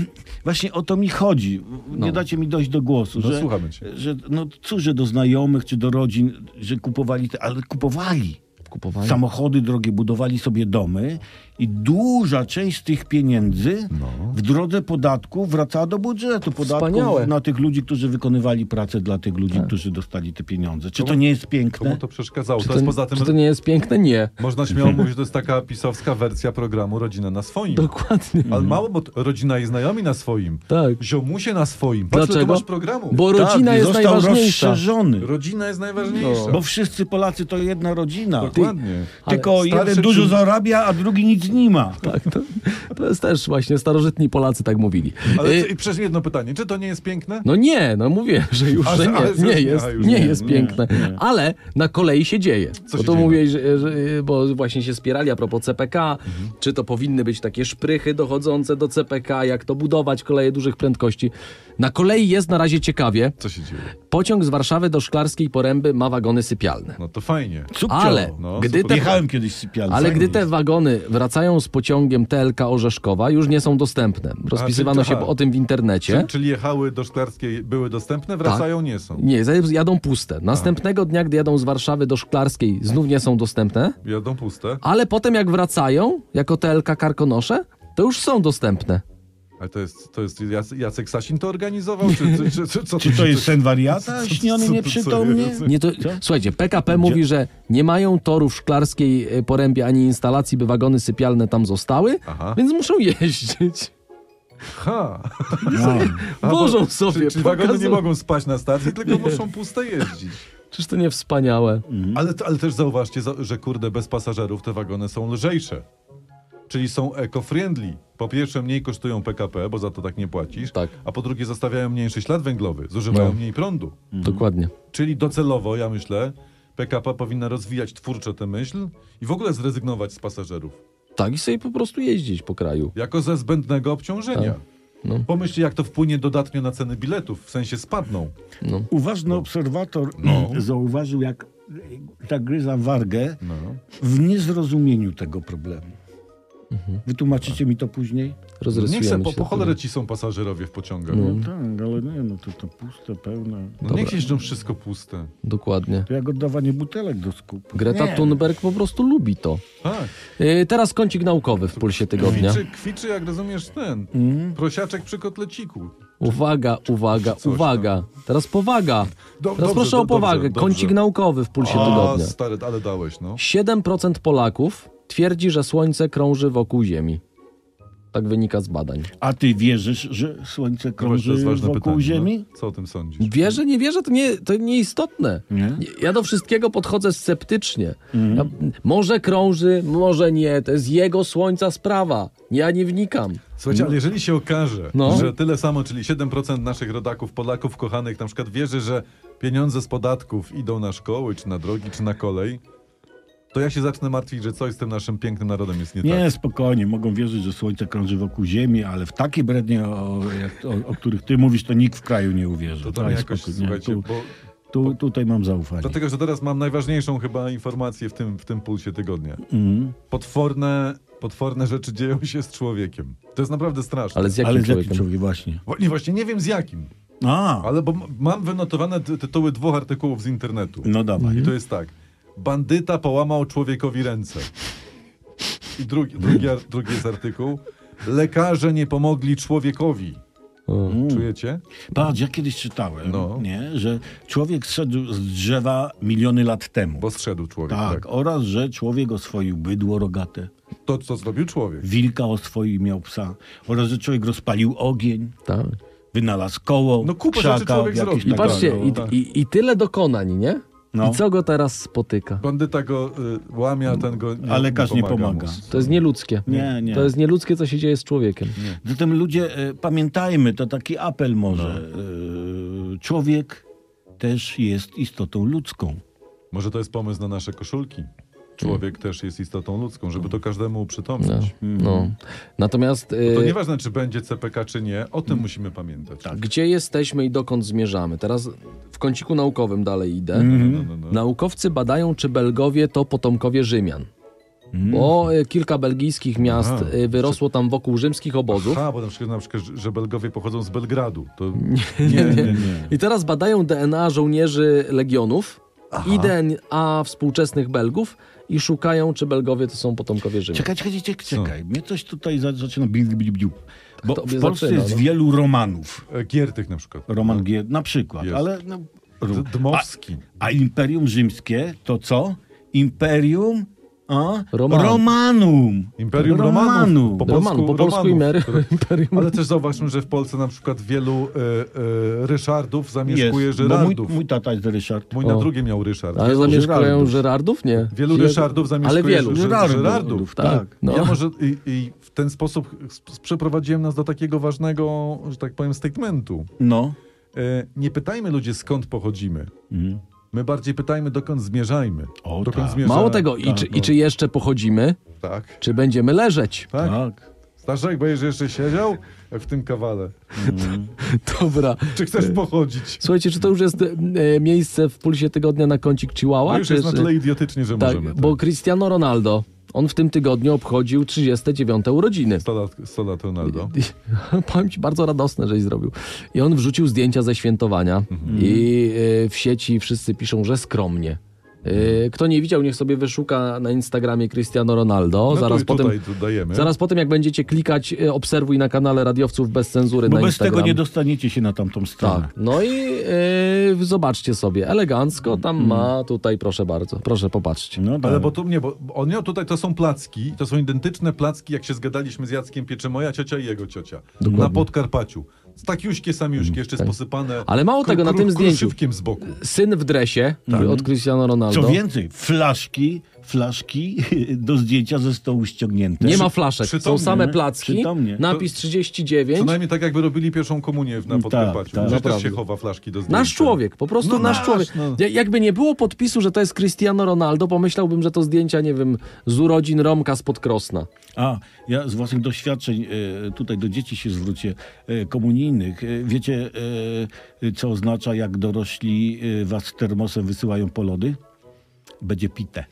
właśnie o to mi chodzi. Nie dacie mi dojść do głosu. No, że, słuchamy cię. Że, no cóż, że do znajomych czy do rodzin, że kupowali, te, ale kupowali. Kupowali. Samochody drogie, budowali sobie domy i duża część z tych pieniędzy No. w drodze podatku wracała do budżetu. Wspaniałe. Podatku na tych ludzi, którzy wykonywali pracę dla tych ludzi, którzy dostali te pieniądze. Czy to nie jest Komu piękne? Tak. to przeszkadzało? Czy To jest to, poza tym... czy to nie jest piękne? Nie. Można śmiało Mhm. mówić, że to jest taka pisowska wersja programu Rodzina na swoim. Dokładnie. Ale Mhm. mało, bo t- rodzina i znajomi na swoim. Tak. Ziomusie na swoim. Patrz, ile Dlaczego? tu masz programu. Bo rodzina tak, jest został najważniejsza. rozszerzony. Rodzina jest No, najważniejsza. Bo wszyscy Polacy to jedna rodzina. Dokładnie. Tylko Ale starszy jeden dużo czy- zarabia, a drugi nic nie ma. Tak, to, to jest też właśnie starożytni Polacy tak mówili. Ale Y, i przez jedno pytanie. Czy to nie jest piękne? No nie, no mówię, że już A, że że- ale już nie, nie nie, jest, a już nie nie, jest nie, piękne. Ale na kolei się dzieje. Co bo się to dzieje? mówię, że, że, bo właśnie się spierali a propos CPK, Mhm. czy to powinny być takie szprychy dochodzące do CPK, jak to budować koleje dużych prędkości. Na kolei jest na razie ciekawie. Co się dzieje? Pociąg z Warszawy do Szklarskiej Poręby ma wagony sypialne. No to fajnie. Cukcio. Ale no, gdy super. te Jechałem kiedyś z sypialni. Ale Fajnie gdy te jest. wagony wracają z pociągiem TLK Orzeszkowa, już nie są dostępne. Rozpisywano czyli- się aha. o tym w internecie. Czy, czyli jechały do Szklarskiej, były dostępne, wracają, nie są. Nie, zaj- jadą puste. Tak. Następnego dnia, gdy jadą z Warszawy do Szklarskiej, znów nie są dostępne, Jadą puste. ale potem jak wracają, jako TLK Karkonosze, to już są dostępne. Ale to jest, to jest Jac- Jacek Sasin to organizował? Czy, czy, czy, czy, co Czy to jest sen wariata? co- Śniony co- co- nieprzytomnie? co- Nie to, słuchajcie, PKP mówi, że nie mają torów szklarskiej y, porębie ani instalacji, by wagony sypialne tam zostały, Aha. więc muszą jeździć. Ha! No. A, bo- Wożą sobie. Czyli, czyli wagony nie pokazują. mogą spać na stacji, tylko muszą puste jeździć. Czyż to nie wspaniałe? Ale, ale też zauważcie, za- że kurde, bez pasażerów te wagony są lżejsze. Czyli są eco-friendly. Po pierwsze, mniej kosztują PKP, bo za to tak nie płacisz. Tak. A po drugie, zostawiają mniejszy ślad węglowy, zużywają No. mniej prądu. Dokładnie. Czyli docelowo, ja myślę, PKP powinna rozwijać twórczo tę myśl i w ogóle zrezygnować z pasażerów. Tak i sobie po prostu jeździć po kraju. Jako ze zbędnego obciążenia. Pomyślcie, jak to wpłynie dodatnio na ceny biletów, w sensie spadną. No. Uważny obserwator zauważył, jak ta gryza wargę No. w niezrozumieniu tego problemu. Mhm. Wytłumaczycie mi to później? Nie Rozrysujemy chcę, po, się. po cholerę ci są pasażerowie w pociągach. No tak, ale nie, no to, to puste, pełne. No niech jeżdżą wszystko puste. Dokładnie. To jak oddawanie butelek do skupu. Greta Nie. Thunberg po prostu lubi to. Tak. Yy, teraz kącik naukowy w pulsie tygodnia. Kwiczy, kwiczy jak rozumiesz ten. Mhm. Prosiaczek przy kotleciku. Uwaga, uwaga, tam. uwaga. Teraz powaga. Do- Teraz dobrze, proszę do- o powagę. dobrze, dobrze. Kącik naukowy w pulsie A, tygodnia. stary, ale dałeś, no. 7% Polaków twierdzi, że Słońce krąży wokół Ziemi. Tak wynika z badań. A ty wierzysz, że słońce Zobacz, to krąży jest ważne wokół pytanie, Ziemi? No. Co o tym sądzisz? Wierzę, nie wierzę, to, nie, to nieistotne. Nie? Ja do wszystkiego podchodzę sceptycznie. Ja, może krąży, może nie. To jest jego Słońca sprawa. Ja nie wnikam. No. Słuchajcie, ale jeżeli się okaże, No. że tyle samo, czyli 7% naszych rodaków, Polaków, kochanych, na przykład wierzy, że pieniądze z podatków idą na szkoły, czy na drogi, czy na kolej, to ja się zacznę martwić, że coś z tym naszym pięknym narodem jest nie, Nie, tak. spokojnie, mogą wierzyć, że słońce krąży wokół Ziemi, ale w takie brednie, o, jak, o, o których ty mówisz, to nikt w kraju nie uwierzy. To Daj tam jakoś, spokój, nie, słuchajcie, tu, bo... tu, tutaj mam zaufanie. Dlatego, że teraz mam najważniejszą chyba informację w tym, w tym pulsie tygodnia. Mhm. Potworne, potworne rzeczy dzieją się z człowiekiem. To jest naprawdę straszne. Ale z jakim Ale z jakim człowiekiem? człowiekiem właśnie? Wo- Nie, właśnie nie wiem z jakim, A, ale bo m- mam wynotowane ty- tytuły dwóch artykułów z internetu. Mhm. no I dawaj. to jest tak. Bandyta połamał człowiekowi ręce. I drugi, drugi, ar- drugi jest artykuł. Lekarze nie pomogli człowiekowi. Mm. Czujecie? Patrz, ja kiedyś czytałem, No. nie, że człowiek zszedł z drzewa miliony lat temu. Bo zszedł człowiek. tak, Tak. oraz że człowiek oswoił bydło rogate, To, co zrobił człowiek. wilka oswoił i miał psa, oraz że człowiek rozpalił ogień, Tak. wynalazł koło, No kupę krzaka, rzeczy człowiek jakieś zrobił. I Tak, patrzcie, tak, i, tak. i, i tyle dokonań, nie? No. I co go teraz spotyka? Bandyta go y, łamie, a ten go nie, A lekarz nie mu. pomaga. To jest nieludzkie. Nie, nie. To jest nieludzkie, co się dzieje z człowiekiem. Zatem ludzie, e, pamiętajmy, to taki apel może. No. E, człowiek też jest istotą ludzką. Może to jest pomysł na nasze koszulki. Człowiek też jest istotą ludzką, żeby to każdemu uprzytomnić. No. Natomiast y, To nieważne, czy będzie CPK, czy nie, o Mm. tym musimy pamiętać. Tak. gdzie jesteśmy i dokąd zmierzamy? Teraz w kąciku naukowym dalej idę. No, no, no. Naukowcy badają, czy Belgowie to potomkowie Rzymian. Bo y, kilka belgijskich miast Mhm. Aha. y, wyrosło tam wokół rzymskich obozów. A, bo na przykład, na przykład, że Belgowie pochodzą z Belgradu. To... I teraz badają DNA żołnierzy legionów i DNA współczesnych Belgów i szukają, czy Belgowie to są potomkowie Rzymian. Czekaj, czekaj, czekaj, czekaj. Mnie coś tutaj za- zaczyna bił, bił, bił. Bo Kto w mnie Polsce zaczyna, jest no? wielu Romanów. E, Giertych na przykład. Roman G, na przykład, No. Jest. ale... No, D- Dmowski. A, a Imperium Rzymskie to co? Imperium a? Romanum. Romanum. Imperium Romanum. Romanów. Po polsku, Roman, po polsku Romanów. imery, imperium. Ale też zauważmy, że w Polsce na przykład wielu e, e, Ryszardów zamieszkuje Jest, bo mój, Żyrardów. Mój, mój tata jest Ryszard. na O. drugie miał Ryszard. Ale zamieszkują Żyrardów. Żyrardów? Nie. Wielu Źle- Ryszardów zamieszkuje Ale wielu. Ży- Żyrardów. Tak. No. Ja może i, i w ten sposób sp- przeprowadziłem nas do takiego ważnego, że tak powiem, statementu. No. E, nie pytajmy ludzi skąd pochodzimy. Mhm. My bardziej pytajmy dokąd zmierzajmy. O, dokąd tak. zmierzamy. Mało tego, i no. czy, i czy jeszcze pochodzimy, Tak, czy będziemy leżeć? tak. Tak. Staszek, będziesz jeszcze siedział jak w tym kawale. Dobra. Czy chcesz pochodzić? Słuchajcie, czy to już jest e, miejsce w pulsie tygodnia na kącik Chihuahua? To No już czy jest na jeszcze- tyle idiotycznie, że tak, możemy. Tak. bo Cristiano Ronaldo, on w tym tygodniu obchodził 39 urodziny. 100 lat, 100 lat No Ronaldo. I- Powiem ci, bardzo radosne, żeś zrobił. I on wrzucił zdjęcia ze świętowania Mhm. i y, w sieci wszyscy piszą, że skromnie. Y, Kto nie widział, niech sobie wyszuka na Instagramie Cristiano Ronaldo. No zaraz, tu, potem, tutaj tu dajemy. zaraz potem, jak będziecie klikać, y, obserwuj na kanale Radiowców Bez Cenzury Bo na bez Instagram. tego nie dostaniecie się na tamtą stronę. Tak. No i y, zobaczcie sobie, elegancko tam ma tutaj, proszę bardzo, proszę popatrzcie. Hmm. No, tak. Ale bo tu nie, bo bo on miał tutaj, to są placki, to są identyczne placki, jak się zgadaliśmy z Jackiem Pieczy, moja ciocia i jego ciocia. Na Podkarpaciu. Takiuśkie, samiuśkie, jeszcze jest posypane Mhm, tak. Ale mało tego, na tym zdjęciu. kruszywkiem z boku. Syn w dresie od Cristiano Ronaldo. Tak. Co więcej, flaszki, flaszki do zdjęcia zostały ściągnięte. Nie ma flaszek, Przytomnie, są same nie? placki, Przytomnie. napis 39. Co najmniej tak, jakby robili pierwszą komunię w- na Podkarpaciu. tak, Tak, też Mm, naprawdę. się chowa flaszki do zdjęcia. Nasz człowiek, po prostu No nasz, nasz, człowiek. no. Ja- Jakby nie było podpisu, że to jest Cristiano Ronaldo, pomyślałbym, że to zdjęcia, nie wiem, z urodzin Romka spod Krosna. A, ja z własnych doświadczeń e, tutaj do dzieci się zwrócę, e, komunijnych. E, Wiecie, e, co oznacza, jak dorośli e, was termosem wysyłają po lody? Będzie pite.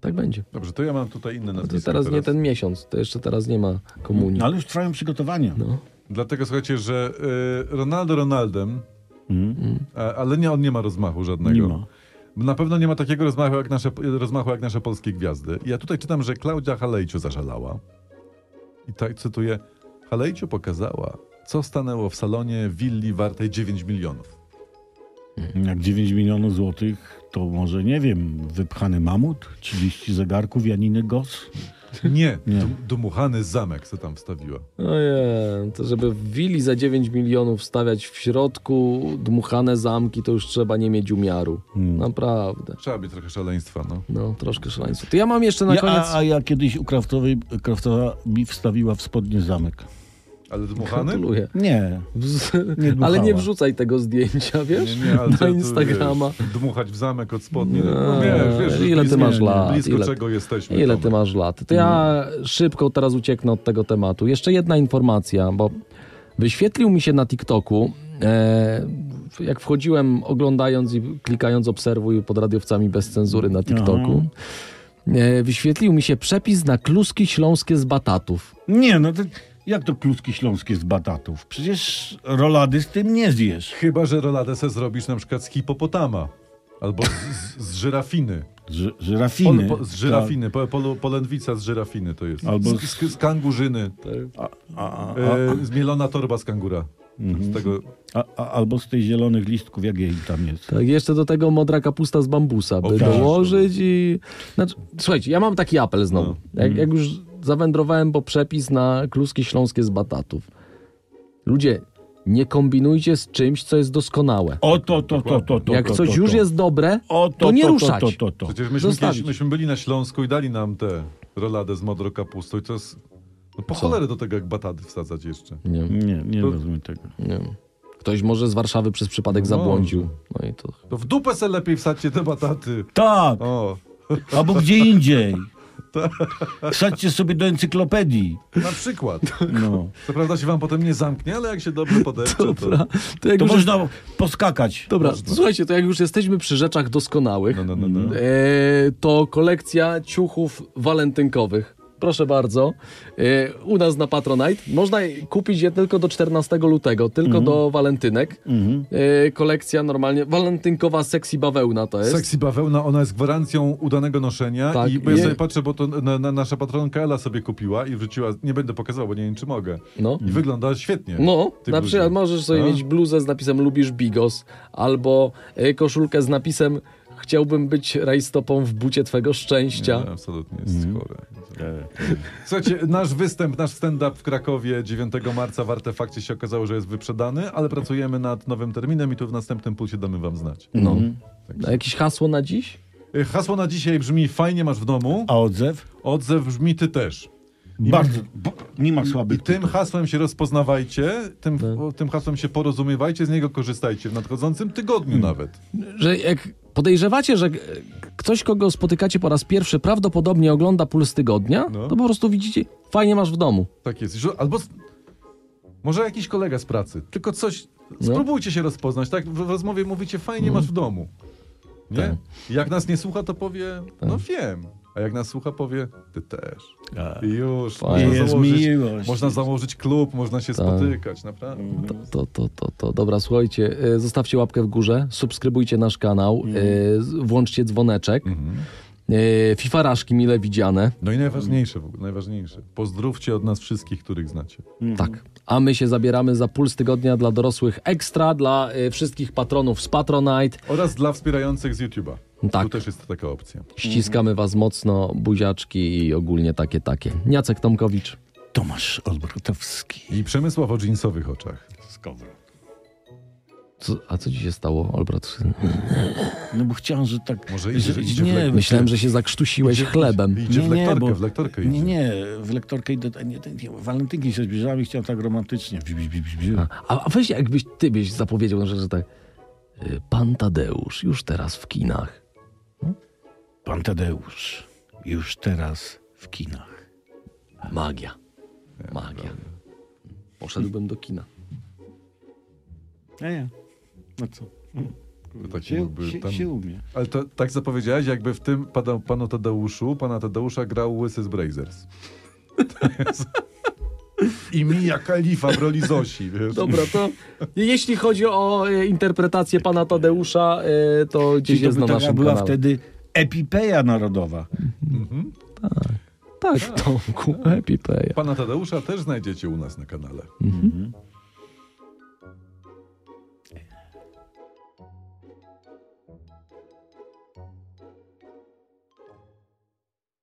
Tak będzie. Dobrze, to ja mam tutaj inne To teraz, nazwisko nie ten miesiąc, to jeszcze teraz nie ma komunii. No. No, ale już trwają przygotowania. Dlatego słuchajcie, że y, Ronaldo Ronaldem, Mm. a, ale nie, on nie ma rozmachu żadnego. Nie ma. Na pewno nie ma takiego rozmachu jak nasze, rozmachu jak nasze polskie gwiazdy. Ja tutaj czytam, że Klaudia Halejcio zażalała. I tak cytuję. Halejcio pokazała, co stanęło w salonie willi wartej 9 milionów. Jak 9 milionów złotych, to może, nie wiem, wypchany mamut, 30 zegarków, Janiny Gos. Nie, dum- dmuchany zamek, co tam wstawiła. Ojej, No to żeby w willi za 9 milionów stawiać w środku dmuchane zamki, to już trzeba nie mieć umiaru. Hmm. Naprawdę. Trzeba być trochę szaleństwa, no. No, troszkę szaleństwo. To ja mam jeszcze na Ja, koniec... a, a ja kiedyś u Kraftowej, Kraftowa mi wstawiła w spodnie zamek. Ale dmuchany? Gratuluję. Nie, Wz- Nie dmuchała. ale nie wrzucaj tego zdjęcia, wiesz? Nie, nie, ale Na co tu, Instagrama. wiesz, dmuchać w zamek od spodni. No, wiesz, wiesz, ile blisko, ty masz lat, Blisko ile- czego jesteśmy. Ile Tomek. ty masz lat? To ja szybko teraz ucieknę od tego tematu. Jeszcze jedna informacja, bo wyświetlił mi się na TikToku, e, jak wchodziłem oglądając i klikając obserwuj pod radiowcami bez cenzury na TikToku, e, wyświetlił mi się przepis na kluski śląskie z batatów. Nie, no to jak to kluski śląskie z batatów? Przecież rolady z tym nie zjesz. Chyba, że roladę se zrobisz na przykład z hipopotama. Albo z, z żyrafiny. Ży, Pol, żyrafiny. Tak. po, z żyrafiny, po, polu- polędwica z żyrafiny to jest. Albo Albo z, z, z kangużyny. Tak. A, a, E, zmielona torba z kangura. Mhm. Z tego, a, a, albo z tych zielonych listków, jak jej tam jest. Tak, jeszcze do tego modra kapusta z bambusa, by Oczywiście. dołożyć i... Znaczy, słuchajcie, ja mam taki apel znowu. No. Mhm. Jak, jak już zawędrowałem po przepis na kluski śląskie z batatów. Ludzie, nie kombinujcie z czymś, co jest doskonałe. O to, to, to, to, to. jak to, coś to, już to. jest dobre, o, to, nie to, ruszać. To, to, to, to. przecież myśmy, Zostawić. kiedyś, myśmy byli na Śląsku i dali nam te roladę z modrą kapustą i to jest... No po cholerę do tego jak bataty wsadzać jeszcze. Nie, Nie, nie rozumiem tego. nie. Ktoś może z Warszawy przez przypadek zabłądził. No i to... To w dupę se lepiej wsadźcie te bataty. Tak, O, albo gdzie indziej. Wsadźcie sobie do encyklopedii. na przykład. No. Co prawda się wam potem nie zamknie, ale jak się dobrze podepcze, to... Dobra, to jak To już można poskakać. Dobra, słuchajcie, to jak już jesteśmy przy rzeczach doskonałych, No, no, no, no. e, to kolekcja ciuchów walentynkowych. Proszę bardzo. E, u nas na Patronite można je kupić je tylko do 14 lutego, tylko Mhm. do walentynek. E, kolekcja normalnie, walentynkowa sexy bawełna to jest. Sexy bawełna, ona jest gwarancją udanego noszenia Tak, i bo ja nie- sobie patrzę, bo to na, na nasza patronka Ela sobie kupiła i wrzuciła, nie będę pokazywał, bo nie wiem czy mogę. No. I wygląda świetnie. No, Ty na bluzie. przykład możesz sobie No. mieć bluzę z napisem lubisz bigos, albo e, koszulkę z napisem chciałbym być rajstopą w bucie twego szczęścia. Nie, No, tak. absolutnie jest Mhm. chore. Słuchajcie, nasz występ, nasz stand-up w Krakowie 9 marca w Artefakcie się okazało, że jest wyprzedany, ale pracujemy nad nowym terminem i tu w następnym pulsie damy wam znać. No. A jakieś hasło na dziś? Y, Hasło na dzisiaj brzmi fajnie masz w domu, A odzew? odzew brzmi ty też. Bardzo. bo- Nie ma I słabych. tym hasłem się rozpoznawajcie, tym, Tak. o, tym hasłem się porozumiewajcie, z niego korzystajcie w nadchodzącym tygodniu Hmm. nawet. że jak podejrzewacie, że e, ktoś, kogo spotykacie po raz pierwszy, prawdopodobnie ogląda puls tygodnia, No. to po prostu widzicie, fajnie masz w domu. Tak jest. Że- Albo s- może jakiś kolega z pracy, tylko coś. No. Spróbujcie się rozpoznać, tak? W w rozmowie mówicie, fajnie masz w domu. Nie? Hmm. Tak. Jak nas nie słucha, to powie, no wiem. A jak nas słucha, powie, ty też. I już. Fajnie. Tak. Można Jest założyć, miłość. Mm. można założyć klub, można się spotykać, naprawdę. To, to, to, to. Dobra, słuchajcie, e, zostawcie łapkę w górze, subskrybujcie nasz kanał, e, z- włączcie dzwoneczek. E, Fifaraszki mile widziane. No i najważniejsze w ogóle, najważniejsze. Pozdrówcie od nas wszystkich, których znacie. Tak. A my się zabieramy za puls tygodnia dla dorosłych ekstra, dla e, wszystkich patronów z Patronite. Oraz dla wspierających z YouTube'a. Tak. Tu też jest taka opcja. Ściskamy was mocno, buziaczki i ogólnie takie, takie. Jacek Tomkowicz. Tomasz Olbratowski. I Przemysław o dżinsowych oczach. Co, a co ci się stało, Olbrat? No bo chciałem, że tak... Może idzie, że- idzie w nie, lekko. Myślałem, że się zakrztusiłeś chlebem. Idzie w lektorkę, bo- w lektorkę Nie, idzie. nie, w lektorkę idę. Nie, nie, nie, walentynki się zbliżały i chciałem tak romantycznie. Bzi, bzi, bzi, bzi, bzi. Tak. A, a weź jakbyś ty byś zapowiedział, że, że tak. y, Pan Tadeusz już teraz w kinach. Pan Tadeusz, już teraz w kinach. Magia. Magia. Poszedłbym do kina. Ja, ja. No co? Taki Się, jakby się, tam- się umie. Ale to, tak zapowiedziałeś, jakby w tym pada, panu Tadeuszu, pana Tadeusza grał Łysy z Brazers. I Mija Kalifa w roli Zosi, wiesz? Dobra, to jeśli chodzi o y, interpretację pana Tadeusza, y, to gdzieś Czyli to jest by na taka naszym była kanale. wtedy epipeja narodowa. Tak, Tomku, Happy Pay. Pana Tadeusza też znajdziecie u nas na kanale.